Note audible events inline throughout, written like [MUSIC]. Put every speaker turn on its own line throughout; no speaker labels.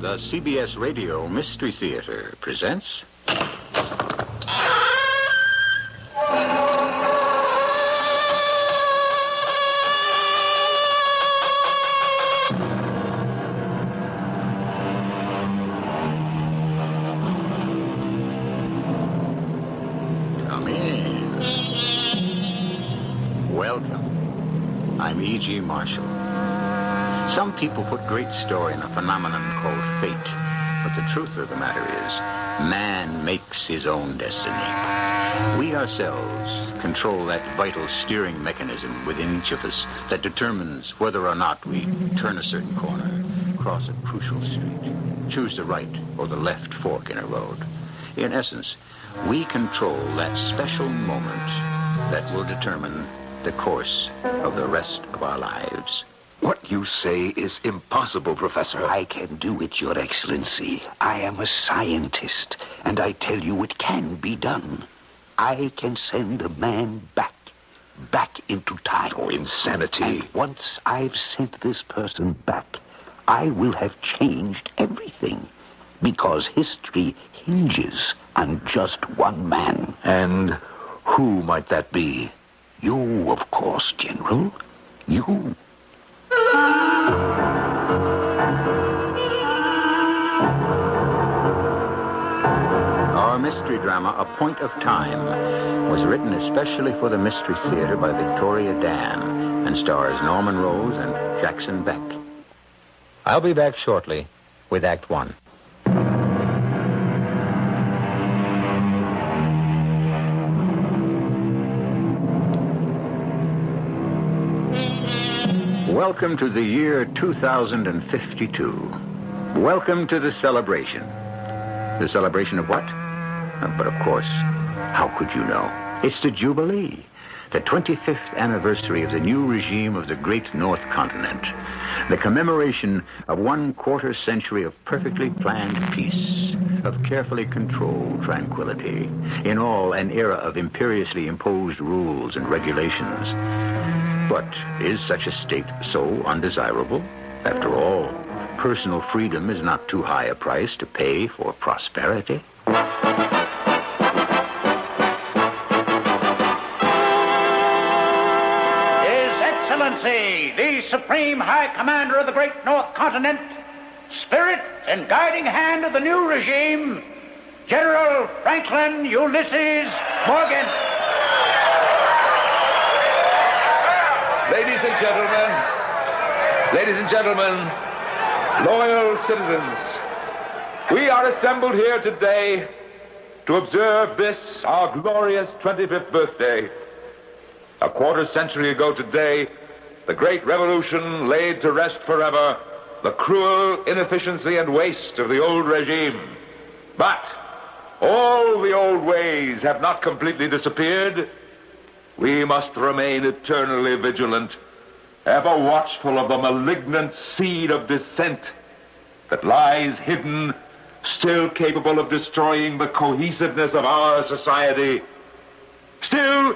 The CBS Radio Mystery Theater presents. Dummies. Welcome. I'm E.G. Marshall. Some people put great store in a phenomenon called fate, but the truth of the matter is, man makes his own destiny. We ourselves control that vital steering mechanism within each of us that determines whether or not we turn a certain corner, cross a crucial street, choose the right or the left fork in a road. In essence, we control that special moment that will determine the course of the rest of our lives.
What you say is impossible, Professor. I can do it, Your Excellency. I am a scientist, and I tell you it can be done. I can send a man back, back into time. Oh, insanity. And once I've sent this person back, I will have changed everything, because history hinges on just one man. And who might that be? You, of course, General. You.
Our mystery drama, A Point of Time, was written especially for the Mystery Theater by Victoria Dan and stars Norman Rose and Jackson Beck. I'll be back shortly with Act One. Welcome to the year 2052. Welcome to the celebration. The celebration of what? Uh, But of course, how could you know? It's the Jubilee, the 25th anniversary of the new regime of the great North Continent, the commemoration of one quarter century of perfectly planned peace, of carefully controlled tranquility, in all an era of imperiously imposed rules and regulations. But is such a state so undesirable? After all, personal freedom is not too high a price to pay for prosperity.
His Excellency, the Supreme High Commander of the Great North Continent, Spirit and Guiding Hand of the new regime, General Franklin Ulysses Morgan.
Ladies and gentlemen, ladies and gentlemen, loyal citizens, we are assembled here today to observe this, our glorious 25th birthday. A quarter century ago today, the Great Revolution laid to rest forever the cruel inefficiency and waste of the old regime. But all the old ways have not completely disappeared. We must remain eternally vigilant, ever watchful of the malignant seed of dissent that lies hidden, still capable of destroying the cohesiveness of our society. Still,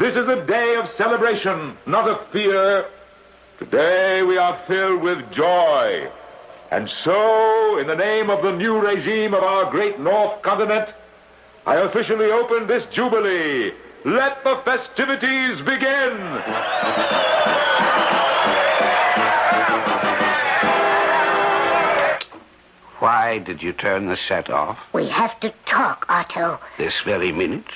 this is a day of celebration, not of fear. Today we are filled with joy. And so, in the name of the new regime of our great North Continent, I officially open this jubilee. Let the festivities begin!
Why did you turn the set off
We have to talk, Otto.
this very minute?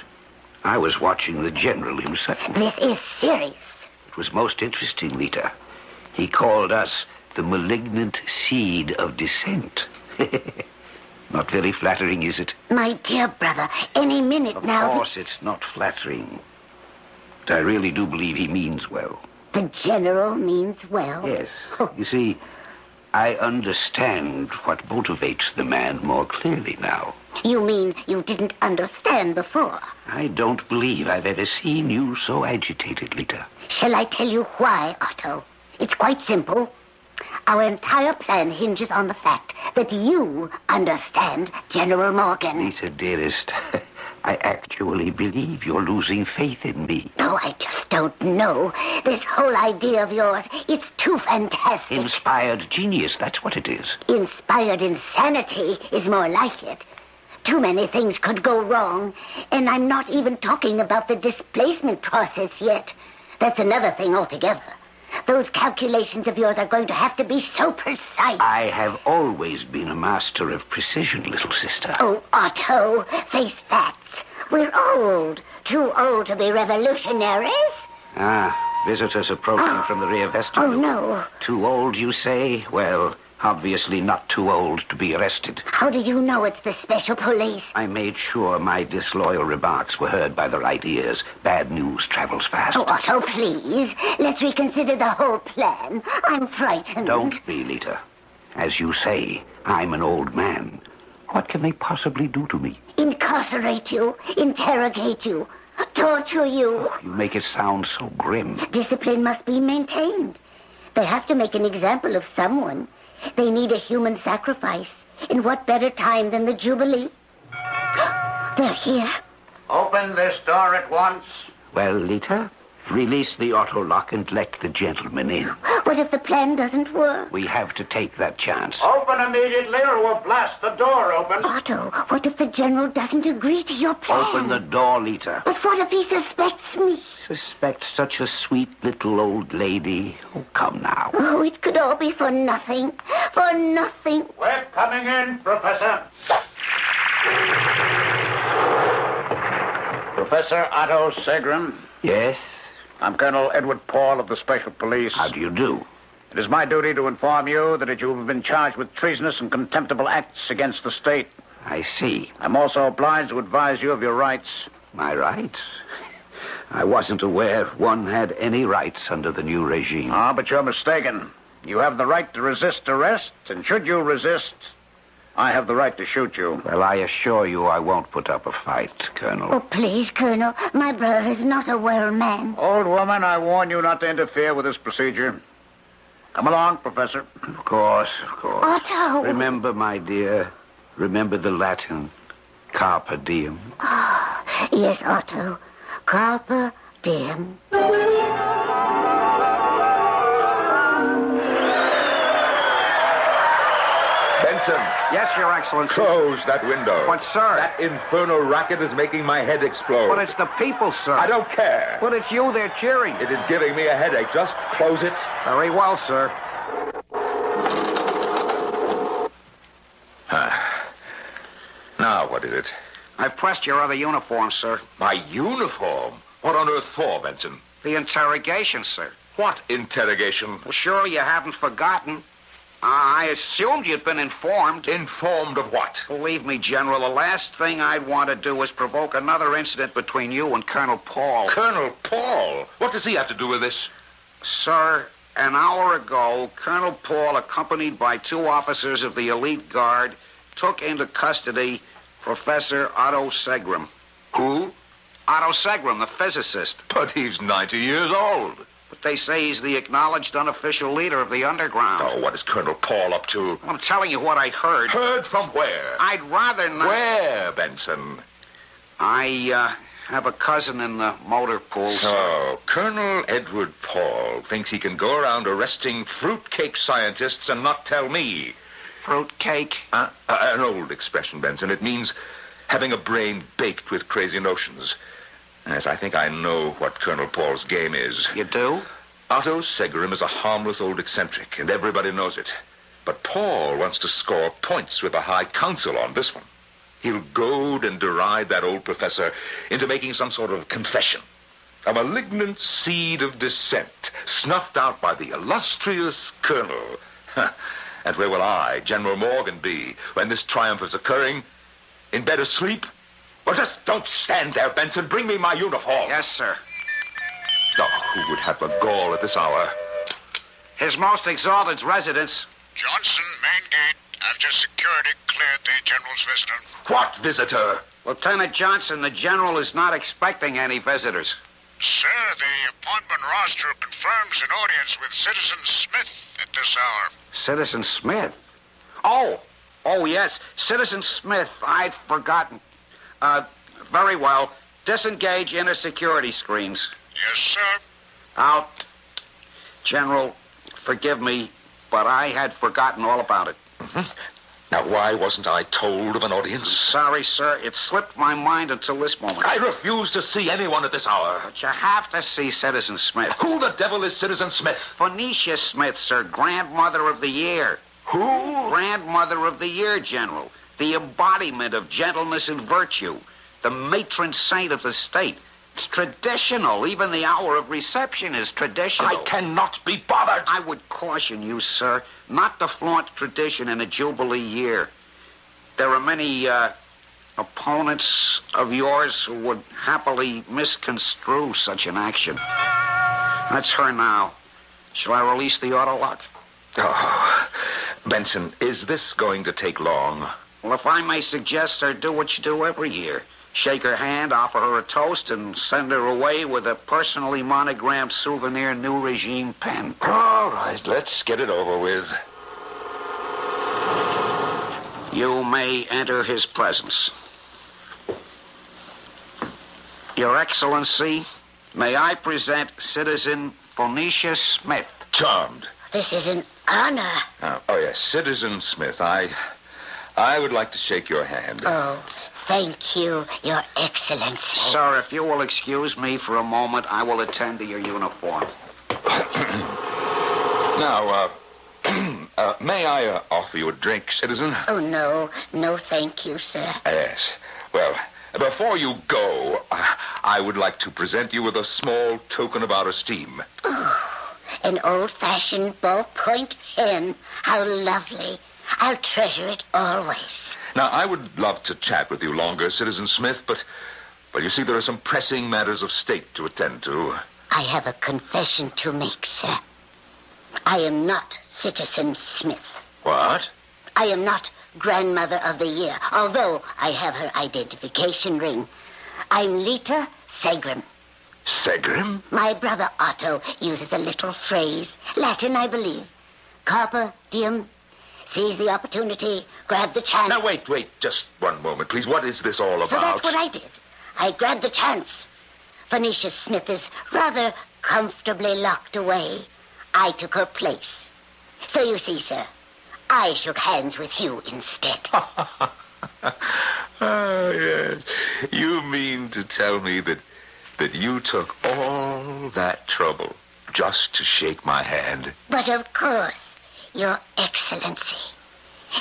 I was watching the General himself.
This is serious.
It was most interesting, Rita. He called us the malignant seed of dissent. [LAUGHS] Not very flattering, is it?
My dear brother, any minute
Of
now,
course, it's not flattering. But I really do believe he means well.
The, the general means well.
Yes. You see, I understand what motivates the man more clearly now.
You mean you didn't understand before.
I don't believe I've ever seen you so agitated, Lita.
Shall I tell you why, Otto? It's quite simple. Our entire plan hinges
Mm.
on the fact that you understand General Morgan.
Lita, dearest, [LAUGHS] I actually believe you're losing faith in me.
No, I just don't know. This whole idea of yours, it's too fantastic.
Inspired genius, that's what it is.
Inspired insanity is more like it. Too many things could go wrong, and I'm not even talking about the displacement process yet. That's another thing altogether. Those calculations of yours are going to have to be so precise.
I have always been a master of precision, little sister.
Oh, Otto, face facts. We're old. Too old to be revolutionaries.
Ah, visitors approaching from the rear
Oh,
vestibule.
no.
Too old, you say? Well, obviously not too old to be arrested.
How do you know it's the special police?
I made sure my disloyal remarks were heard by the right ears. Bad news travels fast.
Oh, Otto, please. Let's reconsider the whole plan. I'm frightened.
Don't be, Lita. As you say, I'm an old man. What can they possibly do to me?
Incarcerate you, interrogate you, torture you.
You make it sound so grim.
Discipline must be maintained. They have to make an example of someone. They need a human sacrifice. And what better time than the Jubilee? [GASPS] They're here.
Open this door at once.
Well, Lita, release the auto lock and let the gentleman in.
What if the plan doesn't work?
We have to take that chance.
Open immediately or we'll blast the door open.
Otto, what if the general doesn't agree to your plan?
Open the door, Lita.
But what if he suspects me?
Suspect such a sweet little old lady. Oh, come now.
Oh, it could all be for nothing. For nothing.
We're coming in, Professor. Professor Otto Segrim.
Yes?
I'm Colonel Edward Paul of the Special Police.
How do you do?
It is my duty to inform you that you have been charged with treasonous and contemptible acts against the state.
I see.
I'm also obliged to advise you of your rights.
My rights? I wasn't aware one had any rights under the new regime.
Ah, but you're mistaken. You have the right to resist arrest, and should you resist, I have the right to shoot you.
Well, I assure you I won't put up a fight, Colonel.
Oh, please, Colonel. My brother is not a well man.
Old woman, I warn you not to interfere with this procedure. Come along, Professor.
Of course, of course.
Otto.
Remember, my dear, remember the Latin. Carpe diem.
Yes, Otto. Carpe diem.
Benson,
Yes, Your Excellency.
close that window.
But, sir-
That infernal racket is making my head explode.
But it's the people, sir.
I don't care.
But it's you they're cheering.
It is giving me a headache. Just close it.
Very well, sir.
Now, what is it?
I've pressed your other uniform, sir.
My uniform? What on earth for, Benson?
The interrogation, sir.
What interrogation?
Well, surely you haven't forgotten. I I assumed you'd been informed.
Informed of what?
Believe me, General, the last thing I'd want to do is provoke another incident between you and Colonel Paul.
Colonel Paul. What does he have to do with this?
Sir, an hour ago, Colonel Paul, accompanied by two officers of the elite guard, took into custody Professor Otto Segrim.
Who?
Otto Segrim, the physicist.
But he's 90 years old.
But they say he's the acknowledged unofficial leader of the underground.
Oh, what is Colonel Paul up to?
I'm telling you what I heard.
Heard from where?
I'd rather not.
Where, Benson?
I uh, have a cousin in the motor pool.
So, Colonel Edward Paul thinks he can go around arresting fruitcake scientists and not tell me.
Fruitcake.
Uh, an old expression, Benson. It means having a brain baked with crazy notions. Yes, I think I know what Colonel Paul's game is.
You do?
Otto Segerim is a harmless old eccentric, and everybody knows it. But Paul wants to score points with the High Council on this one. He'll goad and deride that old professor into making some sort of confession. A malignant seed of dissent, snuffed out by the illustrious colonel. [LAUGHS] Huh. And where will I, General Morgan, be when this triumph is occurring? In bed asleep? Well, just don't stand there, Benson. Bring me my uniform.
Yes, sir.
Oh, who would have the gall at this hour?
His most exalted residence.
Johnson, main gate. After security cleared the general's visitor.
What visitor?
Lieutenant Johnson, the general is not expecting any visitors.
Sir, the appointment roster confirms an audience with Citizen Smith at this hour.
Citizen Smith. Oh, oh yes, Citizen Smith. I'd forgotten. Uh,
Very well. Disengage inner security screens.
Yes, sir.
Out. General, forgive me, but I had forgotten all about it.
Now, why wasn't I told of an audience?
Sorry, sir. It slipped my mind until this moment.
I refuse to see anyone at this hour.
But you have to see Citizen Smith.
Who the devil is Citizen Smith?
Phoenicia Smith, sir, grandmother of the year.
Who?
Grandmother of the year, General. The embodiment of gentleness and virtue. The matron saint of the state. It's traditional. Even the hour of reception is traditional.
I cannot be bothered.
I would caution you, sir, not to flaunt tradition in a Jubilee year. There are many uh, opponents of yours who would happily misconstrue such an action. That's her now. Shall I release the auto lock?
Oh, Benson, is this going to take long?
Well, if I may suggest, sir, do what you do every year. Shake her hand, offer her a toast, and send her away with a personally monogrammed souvenir new regime pen.
All right, let's get it over with.
You may enter his presence. Your Excellency, may I present Citizen Phoenicia Smith.
Charmed.
This is an honor.
Uh, oh, yes, Citizen Smith, I. I would like to shake your hand.
Oh, thank you, Your Excellency.
Oh.
Sir, if you will excuse me for a moment, I will attend to your uniform.
now, uh, [CLEARS THROAT] uh, may I uh, offer you a drink, citizen?
Oh, no. No, thank you, sir.
Yes. Well, before you go, uh, I would like to present you with a small token of our esteem.
An old fashioned ballpoint pen. How lovely. I'll treasure it always.
Now, I would love to chat with you longer, Citizen Smith, but. Well, you see, there are some pressing matters of state to attend to.
I have a confession to make, sir. I am not Citizen Smith.
What?
I am not Grandmother of the Year, although I have her identification ring. I'm Lita Segrim.
Segrim?
My brother Otto uses a little phrase, Latin, I believe. Carpe diem. Seize the opportunity, grab the chance.
Now, wait, wait, just one moment, please. What is this all
so
about?
that's what I did. I grabbed the chance. Phoenicia Smith is rather comfortably locked away. I took her place. So you see, sir, I shook hands with you instead.
Ah, yes. You mean to tell me that that you took all that trouble just to shake my hand? [LAUGHS]
But of course, Your Excellency.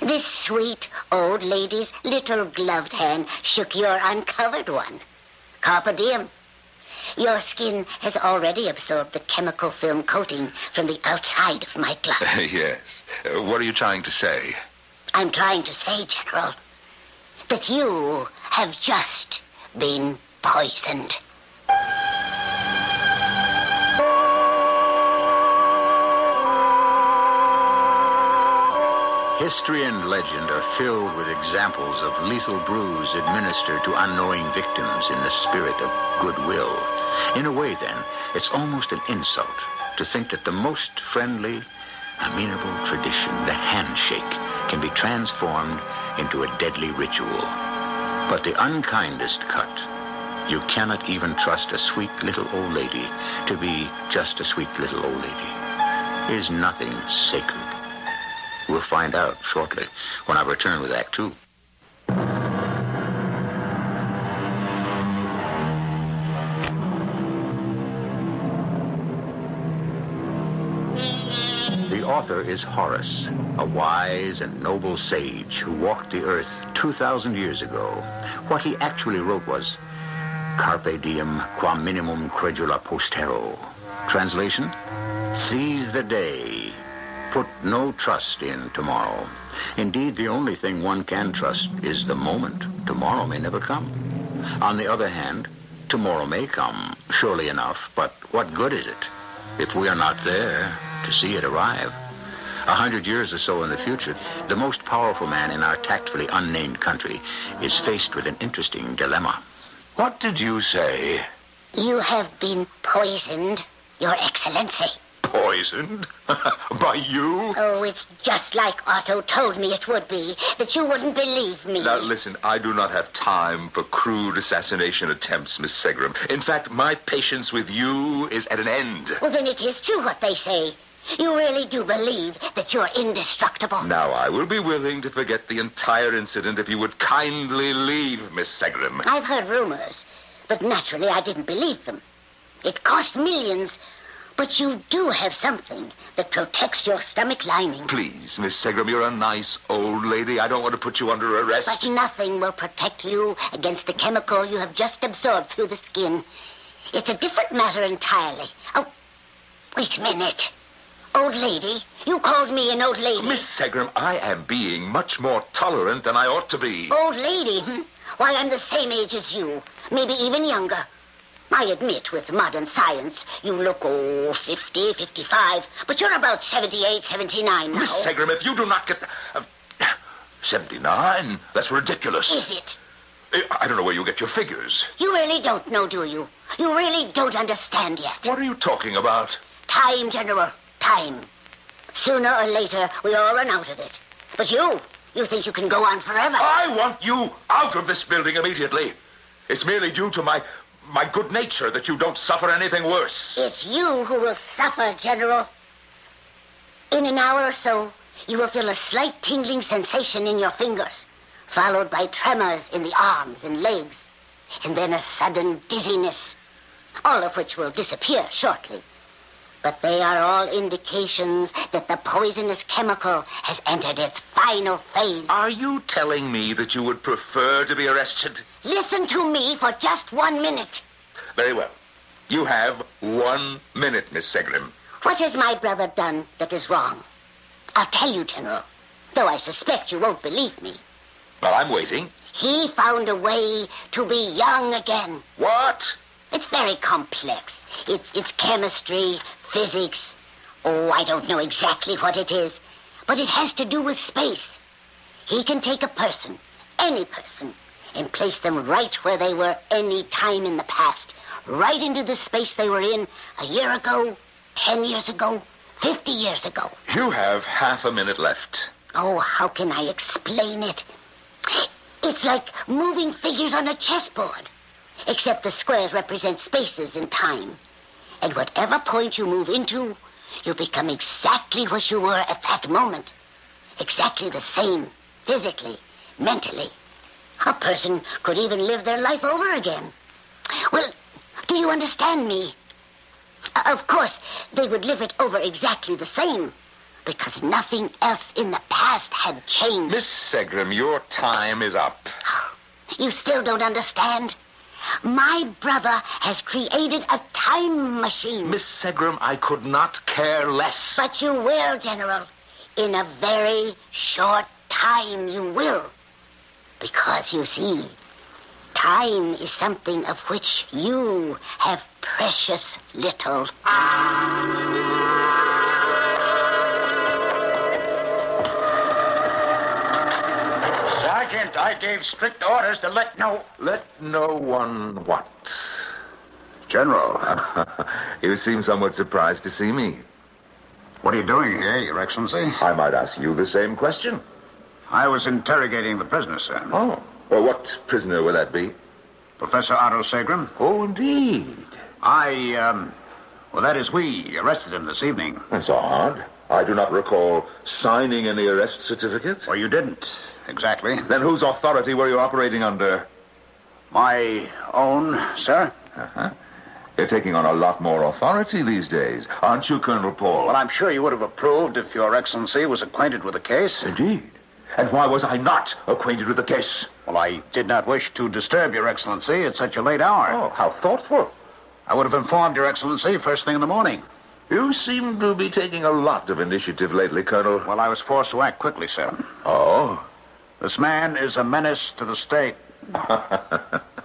This sweet old lady's little gloved hand shook your uncovered one. Carpe diem. Your skin has already absorbed the chemical film coating from the outside of my glove.
yes. Uh, what are you trying to say?
I'm trying to say, General, that you have just been poisoned.
History and legend are filled with examples of lethal brews administered to unknowing victims in the spirit of goodwill. In a way, then, it's almost an insult to think that the most friendly, amenable tradition, the handshake, can be transformed into a deadly ritual. But the unkindest cut, you cannot even trust a sweet little old lady to be just a sweet little old lady, is nothing sacred. We'll find out shortly when I return with Act Two. The author is Horace, a wise and noble sage who walked the earth 2,000 years ago. What he actually wrote was Carpe diem quam minimum credula postero. Translation Seize the day, put no trust in tomorrow. Indeed, the only thing one can trust is the moment. Tomorrow may never come. On the other hand, tomorrow may come, surely enough, but what good is it if we are not there to see it arrive? A hundred years or so in the future, the most powerful man in our tactfully unnamed country is faced with an interesting dilemma.
What did you say?
You have been poisoned, Your Excellency.
Poisoned? By you?
Oh, it's just like Otto told me it would be, that you wouldn't believe me.
Now, listen, I do not have time for crude assassination attempts, Miss Segram. In fact, my patience with you is at an end.
Well, then it is true what they say. You really do believe that you're indestructible.
Now, I will be willing to forget the entire incident if you would kindly leave, Miss Segram.
I've heard rumors, but naturally I didn't believe them. It cost millions, but you do have something that protects your stomach lining.
Please, Miss Segram, you're a nice old lady. I don't want to put you under arrest.
But nothing will protect you against the chemical you have just absorbed through the skin. It's a different matter entirely. Oh, wait a minute. Old lady? You called me an old lady.
Miss Segram, I am being much more tolerant than I ought to be.
Old lady, hmm? Why, I'm the same age as you, maybe even younger. I admit, with modern science, you look, oh, 50, 55, but you're about 78, 79 now.
Miss Segram, if you do not get. the- Uh, 79? That's ridiculous.
Is it?
Uh, I don't know where you get your figures.
You really don't know, do you? You really don't understand yet.
What are you talking about?
Time, General. Time. Sooner or later, we all run out of it. But you, you think you can go on forever.
I want you out of this building immediately. It's merely due to my my good nature that you don't suffer anything worse.
It's you who will suffer, General. In an hour or so, you will feel a slight tingling sensation in your fingers, followed by tremors in the arms and legs, and then a sudden dizziness, all of which will disappear shortly. But they are all indications that the poisonous chemical has entered its final phase.
Are you telling me that you would prefer to be arrested?
Listen to me for just one minute.
Very well. You have one minute, Miss Segram.
What has my brother done that is wrong? I'll tell you, General, though I suspect you won't believe me.
Well, I'm waiting.
He found a way to be young again.
What?
It's very complex. It's, it's chemistry, physics. Oh, I don't know exactly what it is, but it has to do with space. He can take a person, any person, and place them right where they were any time in the past, right into the space they were in a year ago, ten years ago, fifty years ago.
You have half a minute left.
Oh, how can I explain it? It's like moving figures on a chessboard, except the squares represent spaces and time. And whatever point you move into, you become exactly what you were at that moment. Exactly the same, physically, mentally. A person could even live their life over again. Well, do you understand me? Uh, Of course, they would live it over exactly the same, because nothing else in the past had changed.
Miss Segram, your time is up.
You still don't understand? My brother has created a time machine.
Miss Segram, I could not care less.
But you will, General. In a very short time, you will. Because, you see, time is something of which you have precious little.
Sergeant, I gave strict orders to let no.
Let no one what?
General,
you seem somewhat surprised to see me.
what are you doing here, Your Excellency?
I might ask you the same question.
I was interrogating the prisoner, sir.
Oh. Well, what prisoner will that be?
Professor Otto Segrim.
Oh, indeed.
I, um, well, that is, we arrested him this evening.
That's odd. I do not recall signing any arrest certificate.
Well, you didn't, exactly.
Then whose authority were you operating under?
My own, sir?
You're taking on a lot more authority these days, aren't you, Colonel Paul?
Well, I'm sure you would have approved if Your Excellency was acquainted with the case.
Indeed. And why was I not acquainted with the case?
Well, I did not wish to disturb Your Excellency at such a late hour.
Oh, how thoughtful.
I would have informed Your Excellency first thing in the morning.
You seem to be taking a lot of initiative lately, Colonel.
Well, I was forced to act quickly, sir.
Oh.
This man is a menace to the state.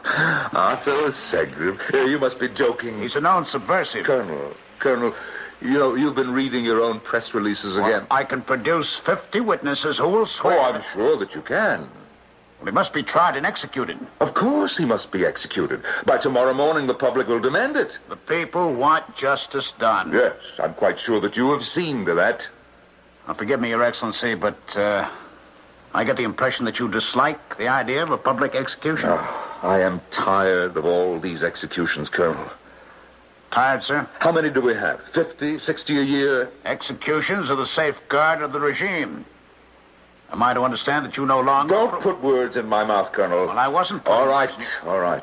Arthur Segram. Uh, You must be joking.
He's a known subversive.
Colonel, Colonel, you know, you've been reading your own press releases again.
I can produce 50 witnesses who will
oh,
swear.
I'm sure that you can.
Well, he must be tried and executed.
Of course he must be executed. By tomorrow morning, the public will demand it.
The people want justice done.
Yes, I'm quite sure that you have seen to that.
Now, forgive me, Your Excellency, but uh, I get the impression that you dislike the idea of a public execution.
Ah, I am tired of all these executions, Colonel.
Tired, sir?
How many do we have? Fifty, sixty a year?
Executions are the safeguard of the regime. Am I to understand that you no longer...
Don't put words in my mouth, Colonel.
Well, I wasn't...
All right, all right.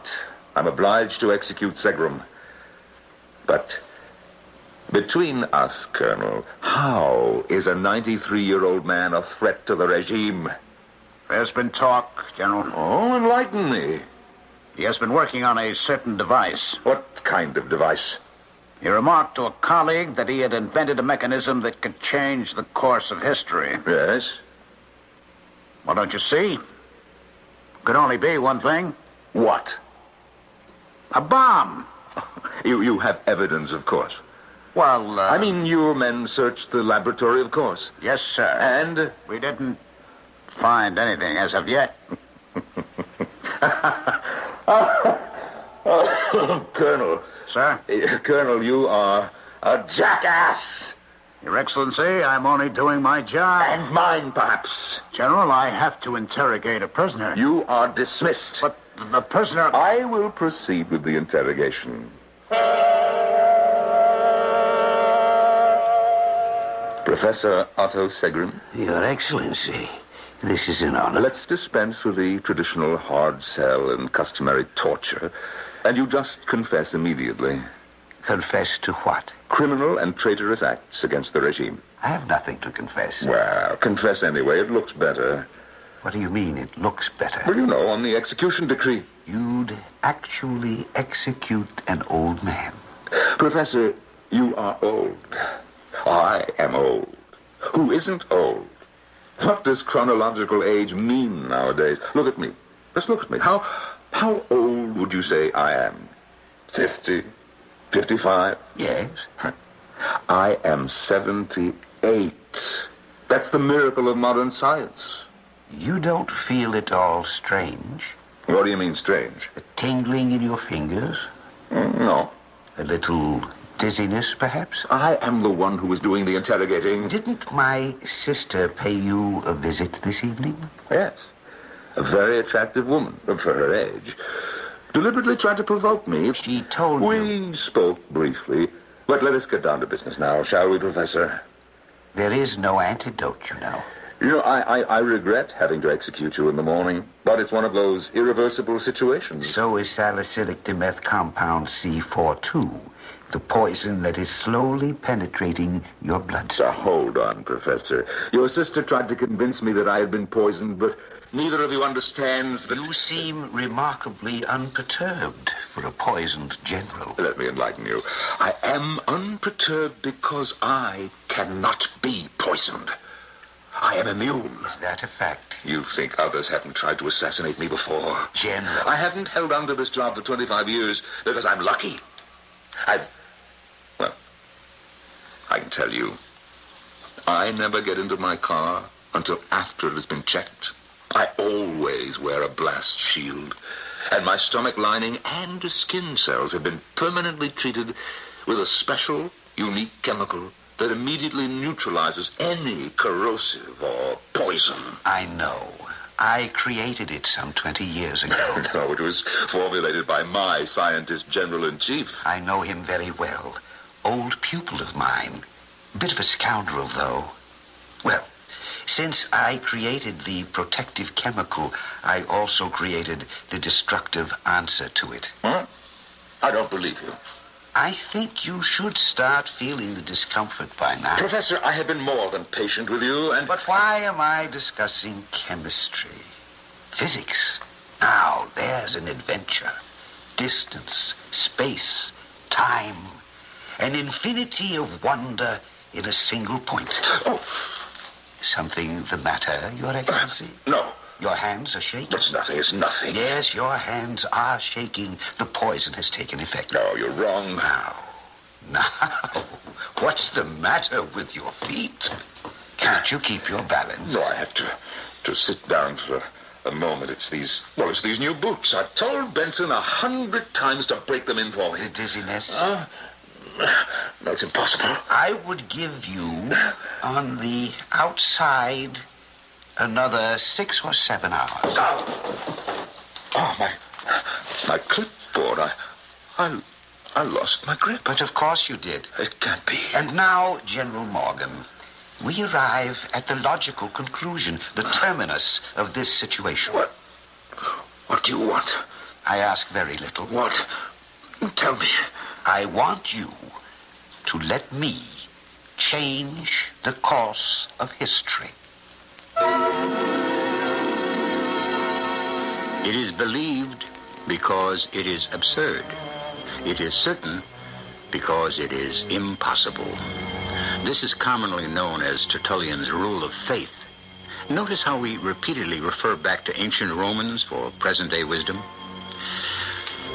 I'm obliged to execute Segram. But between us, Colonel, how is a 93 year old man a threat to the regime?
There's been talk, General.
Oh, enlighten me.
He has been working on a certain device.
What kind of device?
He remarked to a colleague that he had invented a mechanism that could change the course of history.
Yes?
Well, don't you see? Could only be one thing
What?
a bomb.
You, you have evidence, of course.
Well, uh,
I mean, your men searched the laboratory, of course.
Yes, sir.
And.
We didn't find anything as of yet.
Colonel,
Sir?
eh, Colonel, you are a jackass.
Your Excellency, I'm only doing my job.
And mine, perhaps.
General, I have to interrogate a prisoner.
You are dismissed.
But the prisoner.
I will proceed with the interrogation. Professor Otto Segrim,
Your Excellency, this is an honor.
let's dispense with the traditional hard sell and customary torture, and you just confess immediately.
Confess to what?
Criminal and traitorous acts against the regime.
I have nothing to confess.
Well, confess anyway. It looks better.
What do you mean it looks better?
Well, you know, on the execution decree.
You'd actually execute an old man.
Professor, you are old. I am old. Who isn't old? What does chronological age mean nowadays? Look at me. Just look at me. How how old would you say I am? Fifty? Fifty-five?
Yes?
I am seventy-eight. That's the miracle of modern science.
You don't feel at all strange?
What do you mean strange?
A tingling in your fingers?
Mm, No.
A little dizziness, perhaps?
I am the one who is doing the interrogating.
Didn't my sister pay you a visit this evening?
Yes. A very attractive woman for her age. Deliberately tried to provoke me.
She told you
We spoke briefly, but let us get down to business now, shall we, Professor?
there is no antidote, you know.
You know, I, I, I regret having to execute you in the morning, but it's one of those irreversible situations.
So is salicylic dimeth compound C42, the poison that is slowly penetrating your bloodstream.
So hold on, Professor. Your sister tried to convince me that I had been poisoned, but neither of you understands that.
You seem remarkably unperturbed for a poisoned general.
Let me enlighten you. I am unperturbed because I cannot be poisoned. I am immune.
Is that a fact,
You think others haven't tried to assassinate me before?
General?
I haven't held on to this job for 25 years because I'm lucky. I've. Well, I can tell you, I never get into my car until after it has been checked. I always wear a blast shield, and my stomach lining and skin cells have been permanently treated with a special, unique chemical that immediately neutralizes any corrosive or poison.
I know. I created it some 20 years [LAUGHS] ago.
No, it was formulated by my scientist general in chief.
I know him very well. Old pupil of mine. Bit of a scoundrel, though. Well, since I created the protective chemical, I also created the destructive answer to it.
Huh? I don't believe you.
I think you should start feeling the discomfort by now.
Professor, I have been more than patient with you, and.
But why am I discussing chemistry? Physics. Now, there's an adventure. Distance, space, time, an infinity of wonder in a single point.
Oh,
Something the matter, Your Excellency?
no.
Your hands are shaking.
It's nothing. It's nothing.
Yes, your hands are shaking. The poison has taken effect.
No, you're wrong.
Now, now, what's the matter with your feet? Can't you keep your balance?
No, I have to, to sit down for A moment, it's these. Well, it's these new boots. I've told Benson a hundred times to break them in for me.
dizziness.
Uh, no, it's impossible.
I would give you, on the outside, another six or seven hours.
Oh, my, my clipboard. I, I, I lost my grip.
But of course you did.
It can't be.
And now, General Morgan, we arrive at the logical conclusion, the terminus of this situation.
What? What do you want?
I ask very little.
What? Tell me.
I want you to let me change the course of history.
It is believed because it is absurd. It is certain because it is impossible. This is commonly known as Tertullian's rule of faith. Notice how we repeatedly refer back to ancient Romans for present day wisdom.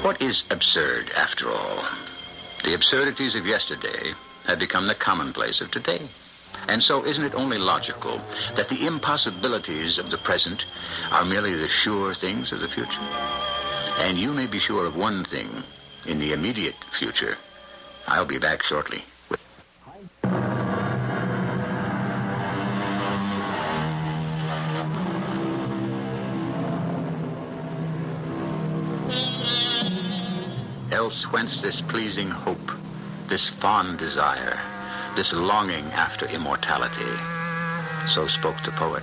What is absurd, after all? The absurdities of yesterday have become the commonplace of today. And so, isn't it only logical that the impossibilities of the present are merely the sure things of the future? And you may be sure of one thing in the immediate future. I'll be back shortly. with- Else whence this pleasing hope, this fond desire, this longing after immortality? So spoke the poet.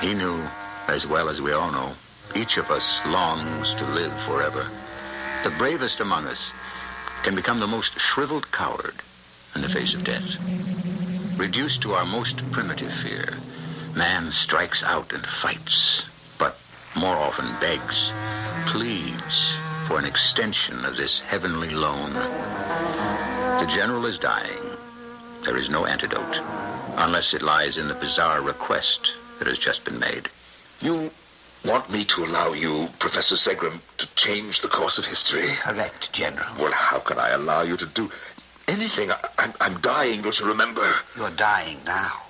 He knew, as well as we all know, each of us longs to live forever. The bravest among us can become the most shriveled coward in the face of death. Reduced to our most primitive fear, man strikes out and fights, but more often begs, pleads for an extension of this heavenly loan. The general is dying. There is no antidote, unless it lies in the bizarre request that has just been made.
You want me to allow Oh, you, Professor Segram, to change the course of history?
Correct, General.
Well, how can I allow you to do anything? I, I'm, I'm dying, don't you remember?
You're dying now.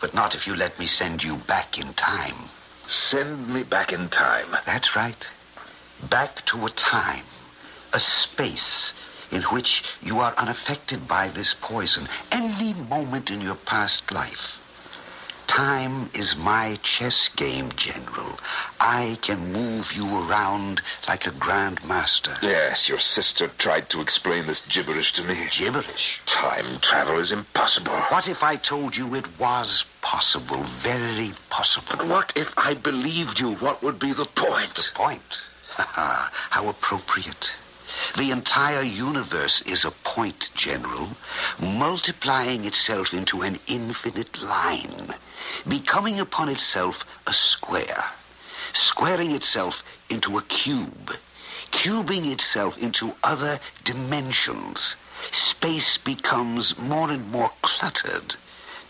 But not if you let me send you back in time.
Send me back in time.
That's right. Back to a time, a space in which you are unaffected by this poison, any moment in your past life. Time is my chess game, General. I can move you around like a grand master.
Yes, your sister tried to explain this gibberish to me.
Gibberish.
Time travel is impossible.
What if I told you it was possible, very possible?
What if I believed you? What would be the point?
The point. [LAUGHS] How appropriate. The entire universe is a point, General, multiplying itself into an infinite line, becoming upon itself a square, squaring itself into a cube, cubing itself into other dimensions. Space becomes more and more cluttered.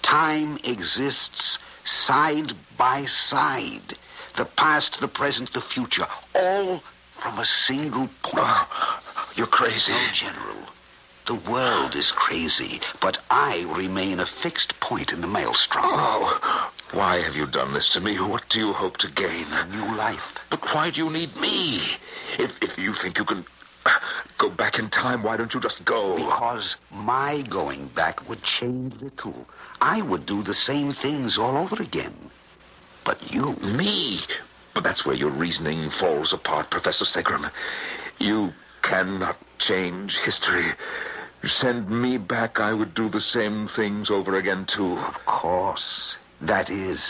Time exists side by side. The past, the present, the future, all from a single point.
[SIGHS] You're crazy.
No, General. The world is crazy, but I remain a fixed point in the maelstrom.
Oh, why have you done this to me? What do you hope to gain?
A new life.
But why do you need me? If, if you think you can uh, go back in time, why don't you just go?
Because my going back would change little. I would do the same things all over again. But you,
Me? But that's where your reasoning falls apart, Professor Segram. You cannot change history. Send me back, I would do the same things over again, too.
of course, that is,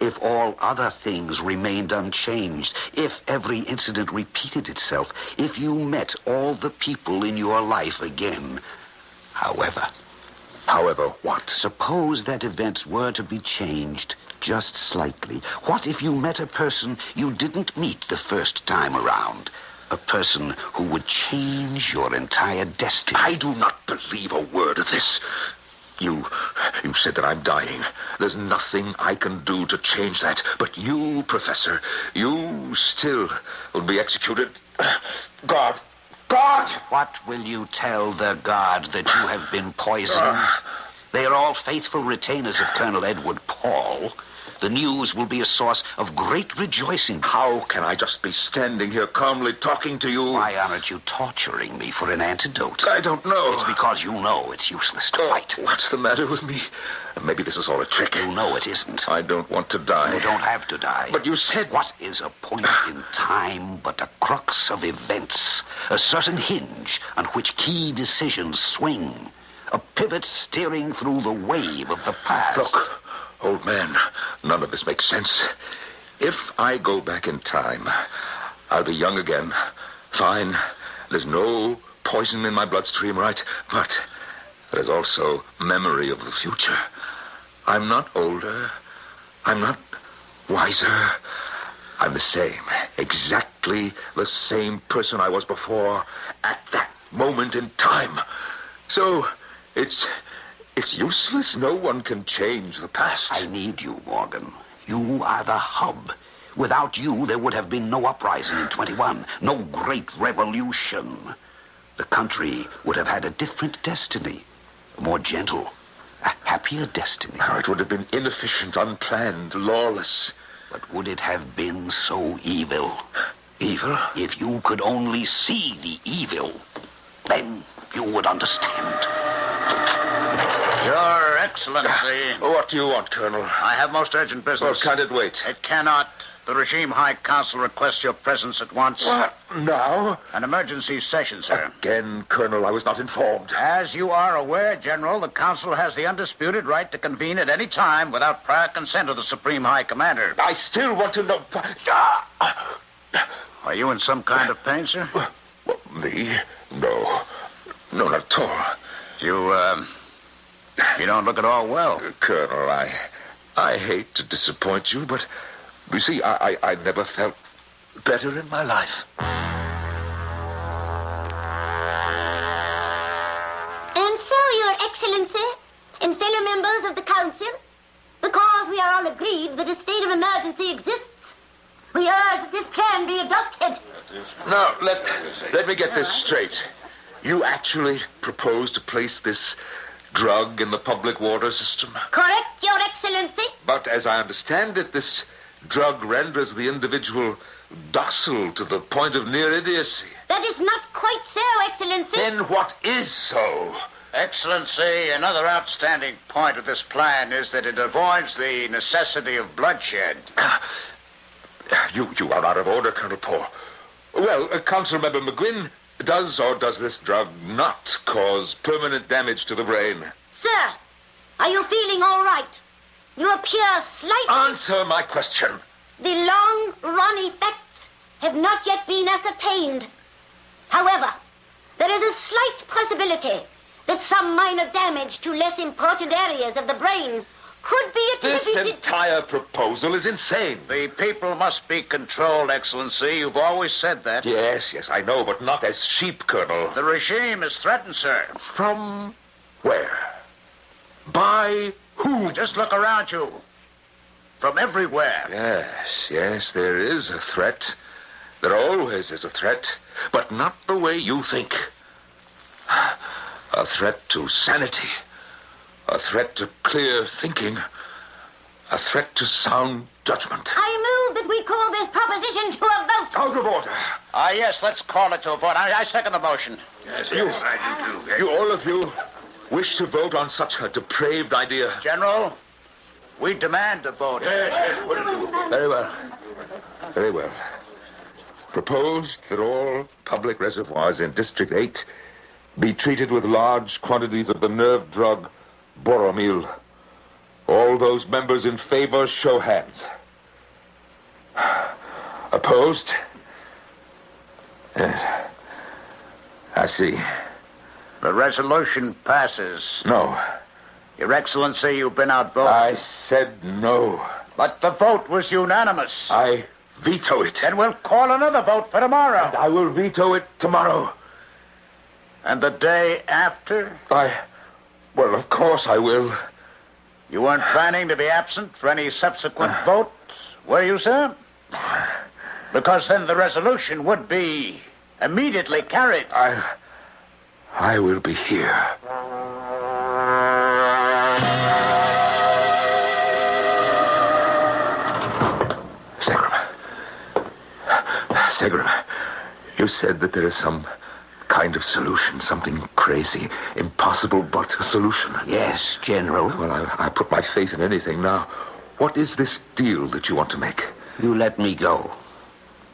if all other things remained unchanged, if every incident repeated itself, if you met all the people in your life again. However,
However, what?
Suppose that events were to be changed just slightly. What if you met a person you didn't meet the first time around? A person who would change your entire destiny.
I do not believe a word of this. You, you said that I'm dying. There's nothing I can do to change that. But you, Professor, you still will be executed. God, God!
What will you tell the guard that you have been poisoned? They are all faithful retainers of Colonel Edward Paul. The news will be a source of great rejoicing.
How can I just be standing here calmly talking to you?
Why aren't you torturing me for an antidote?
I don't know.
It's because you know it's useless to fight.
What's the matter with me? Maybe this is all a trick.
You know it isn't.
I don't want to die.
You don't have to die.
But you said.
What is a point in time but a crux of events? A certain hinge on which key decisions swing. A pivot steering through the wave of the past.
Look, old man, none of this makes sense. If I go back in time, I'll be young again. Fine. There's no poison in my bloodstream, right? But there's also memory of the future. I'm not older. I'm not wiser. I'm the same. Exactly the same person I was before at that moment in time. So it's. It's useless. No one can change the past.
I need you, Morgan. You are the hub. Without you, there would have been no uprising in 21, no great revolution. The country would have had a different destiny, a more gentle, a happier destiny.
Now, it would have been inefficient, unplanned, lawless.
But would it have been so evil?
Evil?
If you could only see the evil, then you would understand.
Your Excellency.
Oh, What do you want, Colonel?
I have most urgent business.
Well, can it wait?
It cannot. The Regime High Council requests your presence at once.
What? Uh, Now?
An emergency session, sir.
Again, Colonel, I was not informed.
As you are aware, General, the Council has the undisputed right to convene at any time without prior consent of the Supreme High Commander.
I still want to know.
Are you in some kind of pain, sir?
Me? No. Not at all.
You, um... You don't look at all well.
Colonel, I I hate to disappoint you, but you see, I, I, I never felt better in my life.
And so, Your Excellency, and fellow members of the Council, because we are all agreed that a state of emergency exists, we urge that this plan be adopted.
Now, let, let me get this straight. You actually propose to place this drug in the public water system?
Correct, Your Excellency.
But as I understand it, this drug renders the individual docile to the point of near idiocy.
That is not quite so, Excellency.
Then what is so?
Excellency, another outstanding point of this plan is that it avoids the necessity of bloodshed.
you, you are out of order, Colonel Paul. Well, uh, Council Member McGuinn, does or does this drug not cause permanent damage to the brain?
Sir, are you feeling all right? You appear slightly.
Answer my question.
The long run effects have not yet been ascertained. However, there is a slight possibility that some minor damage to less important areas of the brain could be [LAUGHS] attributed.
This entire proposal is insane.
The people must be controlled, Excellency. You've always said that.
Yes, yes, I know, but not as sheep, Colonel.
The regime is threatened, sir.
From where? By whom?
Just look around you. From everywhere.
Yes, yes, there is a threat. There always is a threat, but not the way you think. A threat to sanity. A threat to clear thinking. A threat to sound judgment.
I move that we call this proposition to a vote.
Out of order.
Ah, yes, let's call it to a vote. I, I second the motion.
Yes, you, I do too.
You, all of you, wish to vote on such a depraved idea.
General, we demand a vote.
Yes, yes, put it to a vote.
Very well. Very well. Proposed that all public reservoirs in District 8 be treated with large quantities of the nerve drug. Boromil. All those members in favor show hands. Opposed? Yes. I see.
The resolution passes.
No.
Your Excellency, you've been outvoted.
I said no.
But the vote was unanimous.
I veto it.
Then we'll call another vote for tomorrow.
And I will veto it tomorrow.
And the day after?
I. Well, of course I will.
You weren't planning to be absent for any subsequent vote, were you,
[SIGHS]
sir? Because then the resolution would be immediately carried.
I. I will be here. Segra, you said that there is some kind of solution, something crazy, impossible, but a solution.
Yes, General.
Well, I, I put my faith in anything now. What is this deal that you want to make?
You let me go.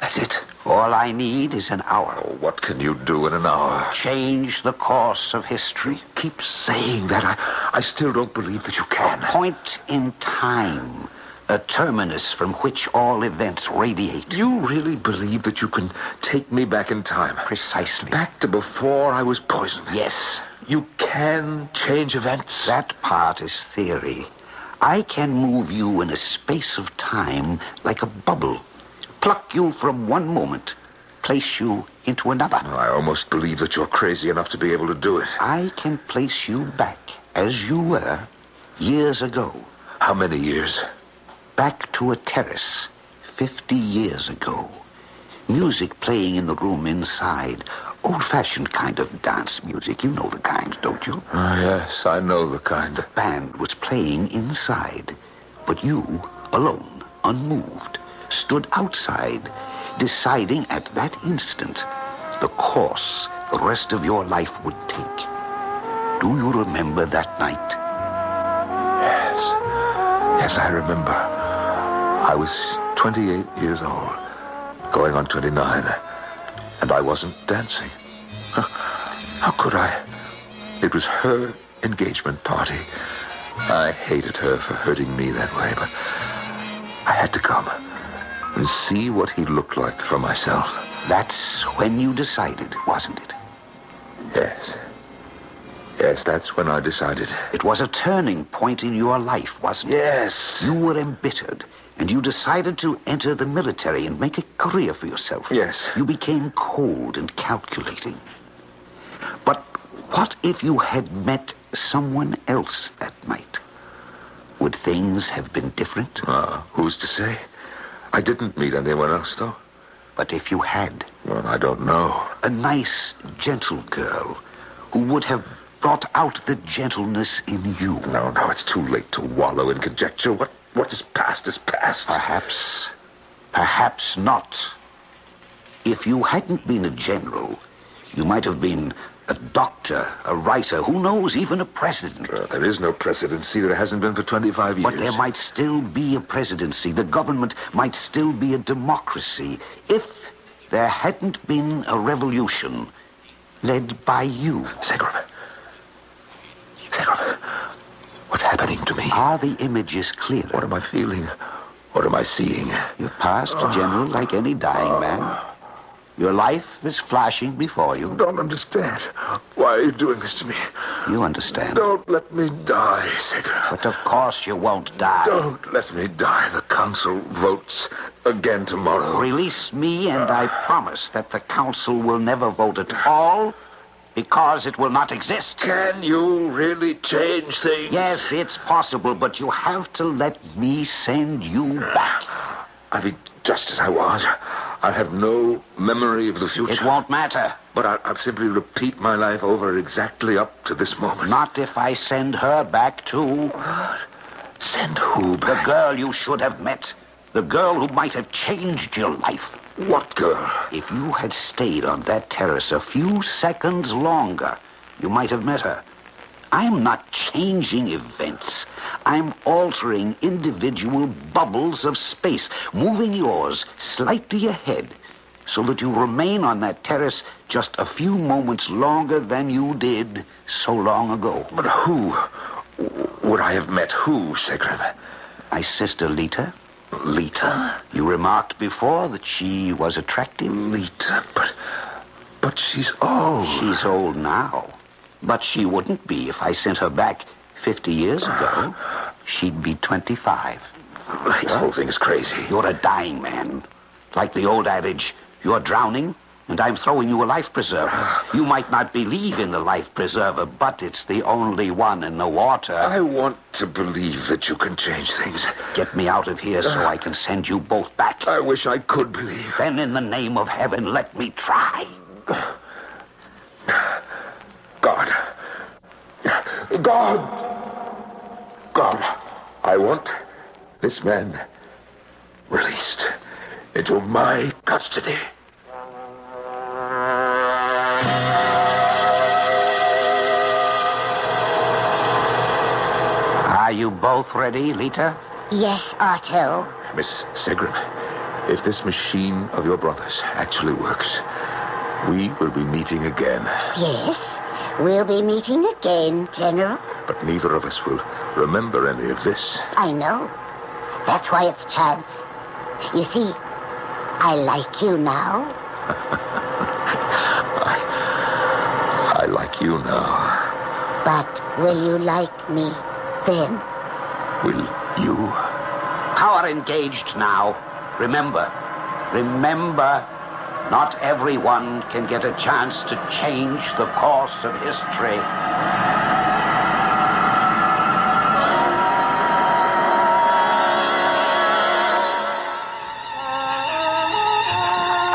That's it.
All I need is an hour.
Oh, what can you do in an hour?
Change the course of history.
Keep saying that. I, I still don't believe that you can.
A point in time. A terminus from which all events radiate.
You really believe that you can take me back in time?
Precisely.
Back to before I was poisoned?
Yes.
You can change events?
That part is theory. I can move you in a space of time like a bubble pluck you from one moment, place you into another.
I almost believe that you're crazy enough to be able to do it.
I can place you back as you were years ago.
How many years?
Back to a terrace 50 years ago. Music playing in the room inside. Old fashioned kind of dance music. You know the kind, don't you?
Oh, yes, I know the kind.
Band was playing inside, but you, alone, unmoved, stood outside, deciding at that instant the course the rest of your life would take. Do you remember that night?
Yes. Yes, I remember. I was 28 years old, going on 29, and I wasn't dancing. How could I? It was her engagement party. I hated her for hurting me that way, but I had to come and see what he looked like for myself.
That's when you decided, wasn't it?
Yes. Yes, that's when I decided.
It was a turning point in your life, wasn't
yes.
it? Yes. You were embittered, and you decided to enter the military and make a career for yourself.
Yes.
You became cold and calculating. But what if you had met someone else that night? Would things have been different?
Uh, who's to say? I didn't meet anyone else, though.
But if you had?
Well, I don't know.
A nice, gentle girl who would have brought out the gentleness in you.
No, no, it's too late to wallow in conjecture. What, what is past is past.
Perhaps. Perhaps not. If you hadn't been a general, you might have been a doctor, a writer, who knows, even a president.
Uh, there is no presidency. There hasn't been for 25 years.
But there might still be a presidency. The government might still be a democracy if there hadn't been a revolution led by you.
Segram. Segram. What's happening to me?
Are the images clear?
Ah. What am I feeling? What am I seeing?
Your past, oh. General, like any dying oh. man. Your life is flashing before you.
I don't understand. Why are you doing this to me?
You understand.
Don't let me die, Sigurd.
But of course you won't die.
Don't let me die. The council votes again tomorrow.
Release me, and I promise that the council will never vote at all because it will not exist.
Can you really change things?
Yes, it's possible, but you have to let me send you back.
I'll be just as I was. I have no memory of the future.
It won't matter.
But I'll, I'll, simply repeat my life over exactly up to this moment.
Not if I send her back to.
Send who back?
The girl you should have met. The girl who might have changed your life.
What girl?
If you had stayed on that terrace a few seconds longer, you might have met her. I'm not changing events. I'm altering individual bubbles of space, moving yours slightly ahead so that you remain on that terrace just a few moments longer than you did so long ago.
But who would I have met who, Segram?
My sister Lita.
Lita?
You remarked before that she was attractive.
Lita, but but she's old.
She's old now. But she wouldn't be if I sent her back 50 years ago. She'd be 25.
This whole thing's crazy.
You're a dying man. Like the old adage, you're drowning, and I'm throwing you a life preserver. You might not believe in the life preserver, but it's the only one in the water.
I want to believe that you can change things.
Get me out of here so I can send you both back.
I wish I could believe.
Then, in the name of heaven, let me try.
God. God. God. I want this man released into my custody.
Are you both ready, Lita?
Yes, Otto.
Miss Segram, if this machine of your brother's actually works, we will be meeting again.
Yes, we'll be meeting again, General.
But neither of us will remember any of this.
I know. That's why it's chance. You see, I like you now.
I like you now.
But will you like me then?
Will you?
Power engaged now. Remember, remember, not everyone can get a chance to change the course of history.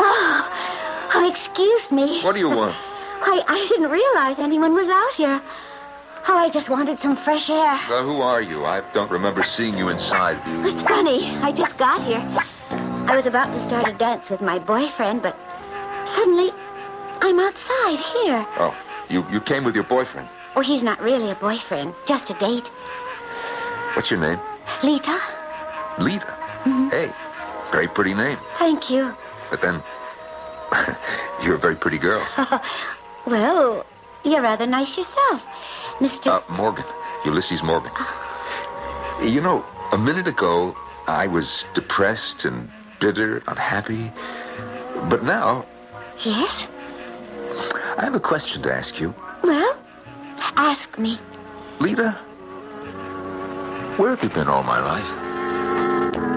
Oh, oh, excuse me.
What do you want?
[LAUGHS] Why, I didn't realize anyone was out here. Oh, I just wanted some fresh air.
Well, who are you? I don't remember seeing you inside.
It's funny. I just got here. I was about to start a dance with my boyfriend, but suddenly I'm outside here.
Oh, you, you came with your boyfriend.
Oh, he's not really a boyfriend, just a date.
What's your name?
Lita,
Lita. Hey, very pretty name.
thank you.
But then, [LAUGHS] you're a very pretty girl.
well, you're rather nice yourself, Mr.
Uh, Morgan. Ulysses Morgan. You know, a minute ago, I was depressed and bitter, unhappy. But now,
yes?
I have a question to ask you.
Well, ask me.
Lita, where have you been all my life?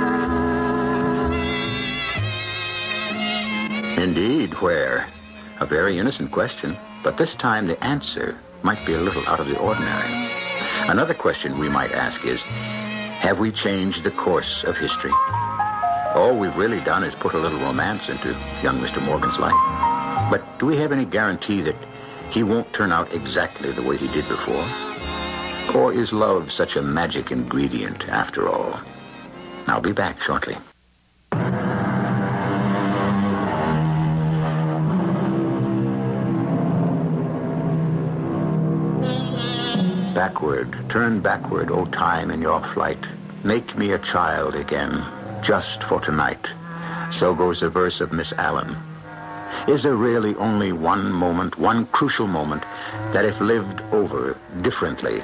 Indeed, where? A very innocent question, but this time the answer might be a little out of the ordinary. Another question we might ask is Have we changed the course of history? All we've really done is put a little romance into young Mr. Morgan's life. But do we have any guarantee that he won't turn out exactly the way he did before? Or is love such a magic ingredient after all? I'll be back shortly. Backward, turn backward, O time, in your flight. Make me a child again, just for tonight. So goes a verse of Miss Allen. Is there really only one moment, one crucial moment, that if lived over differently,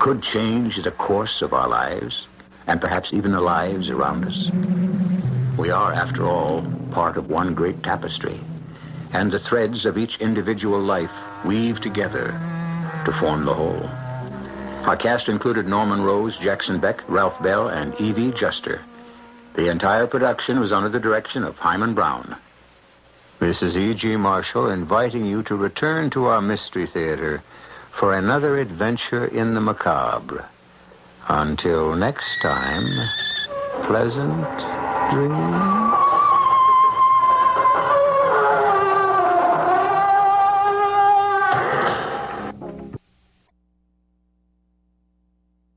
could change the course of our lives, and perhaps even the lives around us? We are, after all, part of one great tapestry, and the threads of each individual life weave together to form the whole. Our cast included Norman Rose, Jackson Beck, Ralph Bell, and Evie Juster. The entire production was under the direction of Hyman Brown. This is E.G. Marshall inviting you to return to our Mystery Theater for another adventure in the macabre. Until next time, pleasant dreams.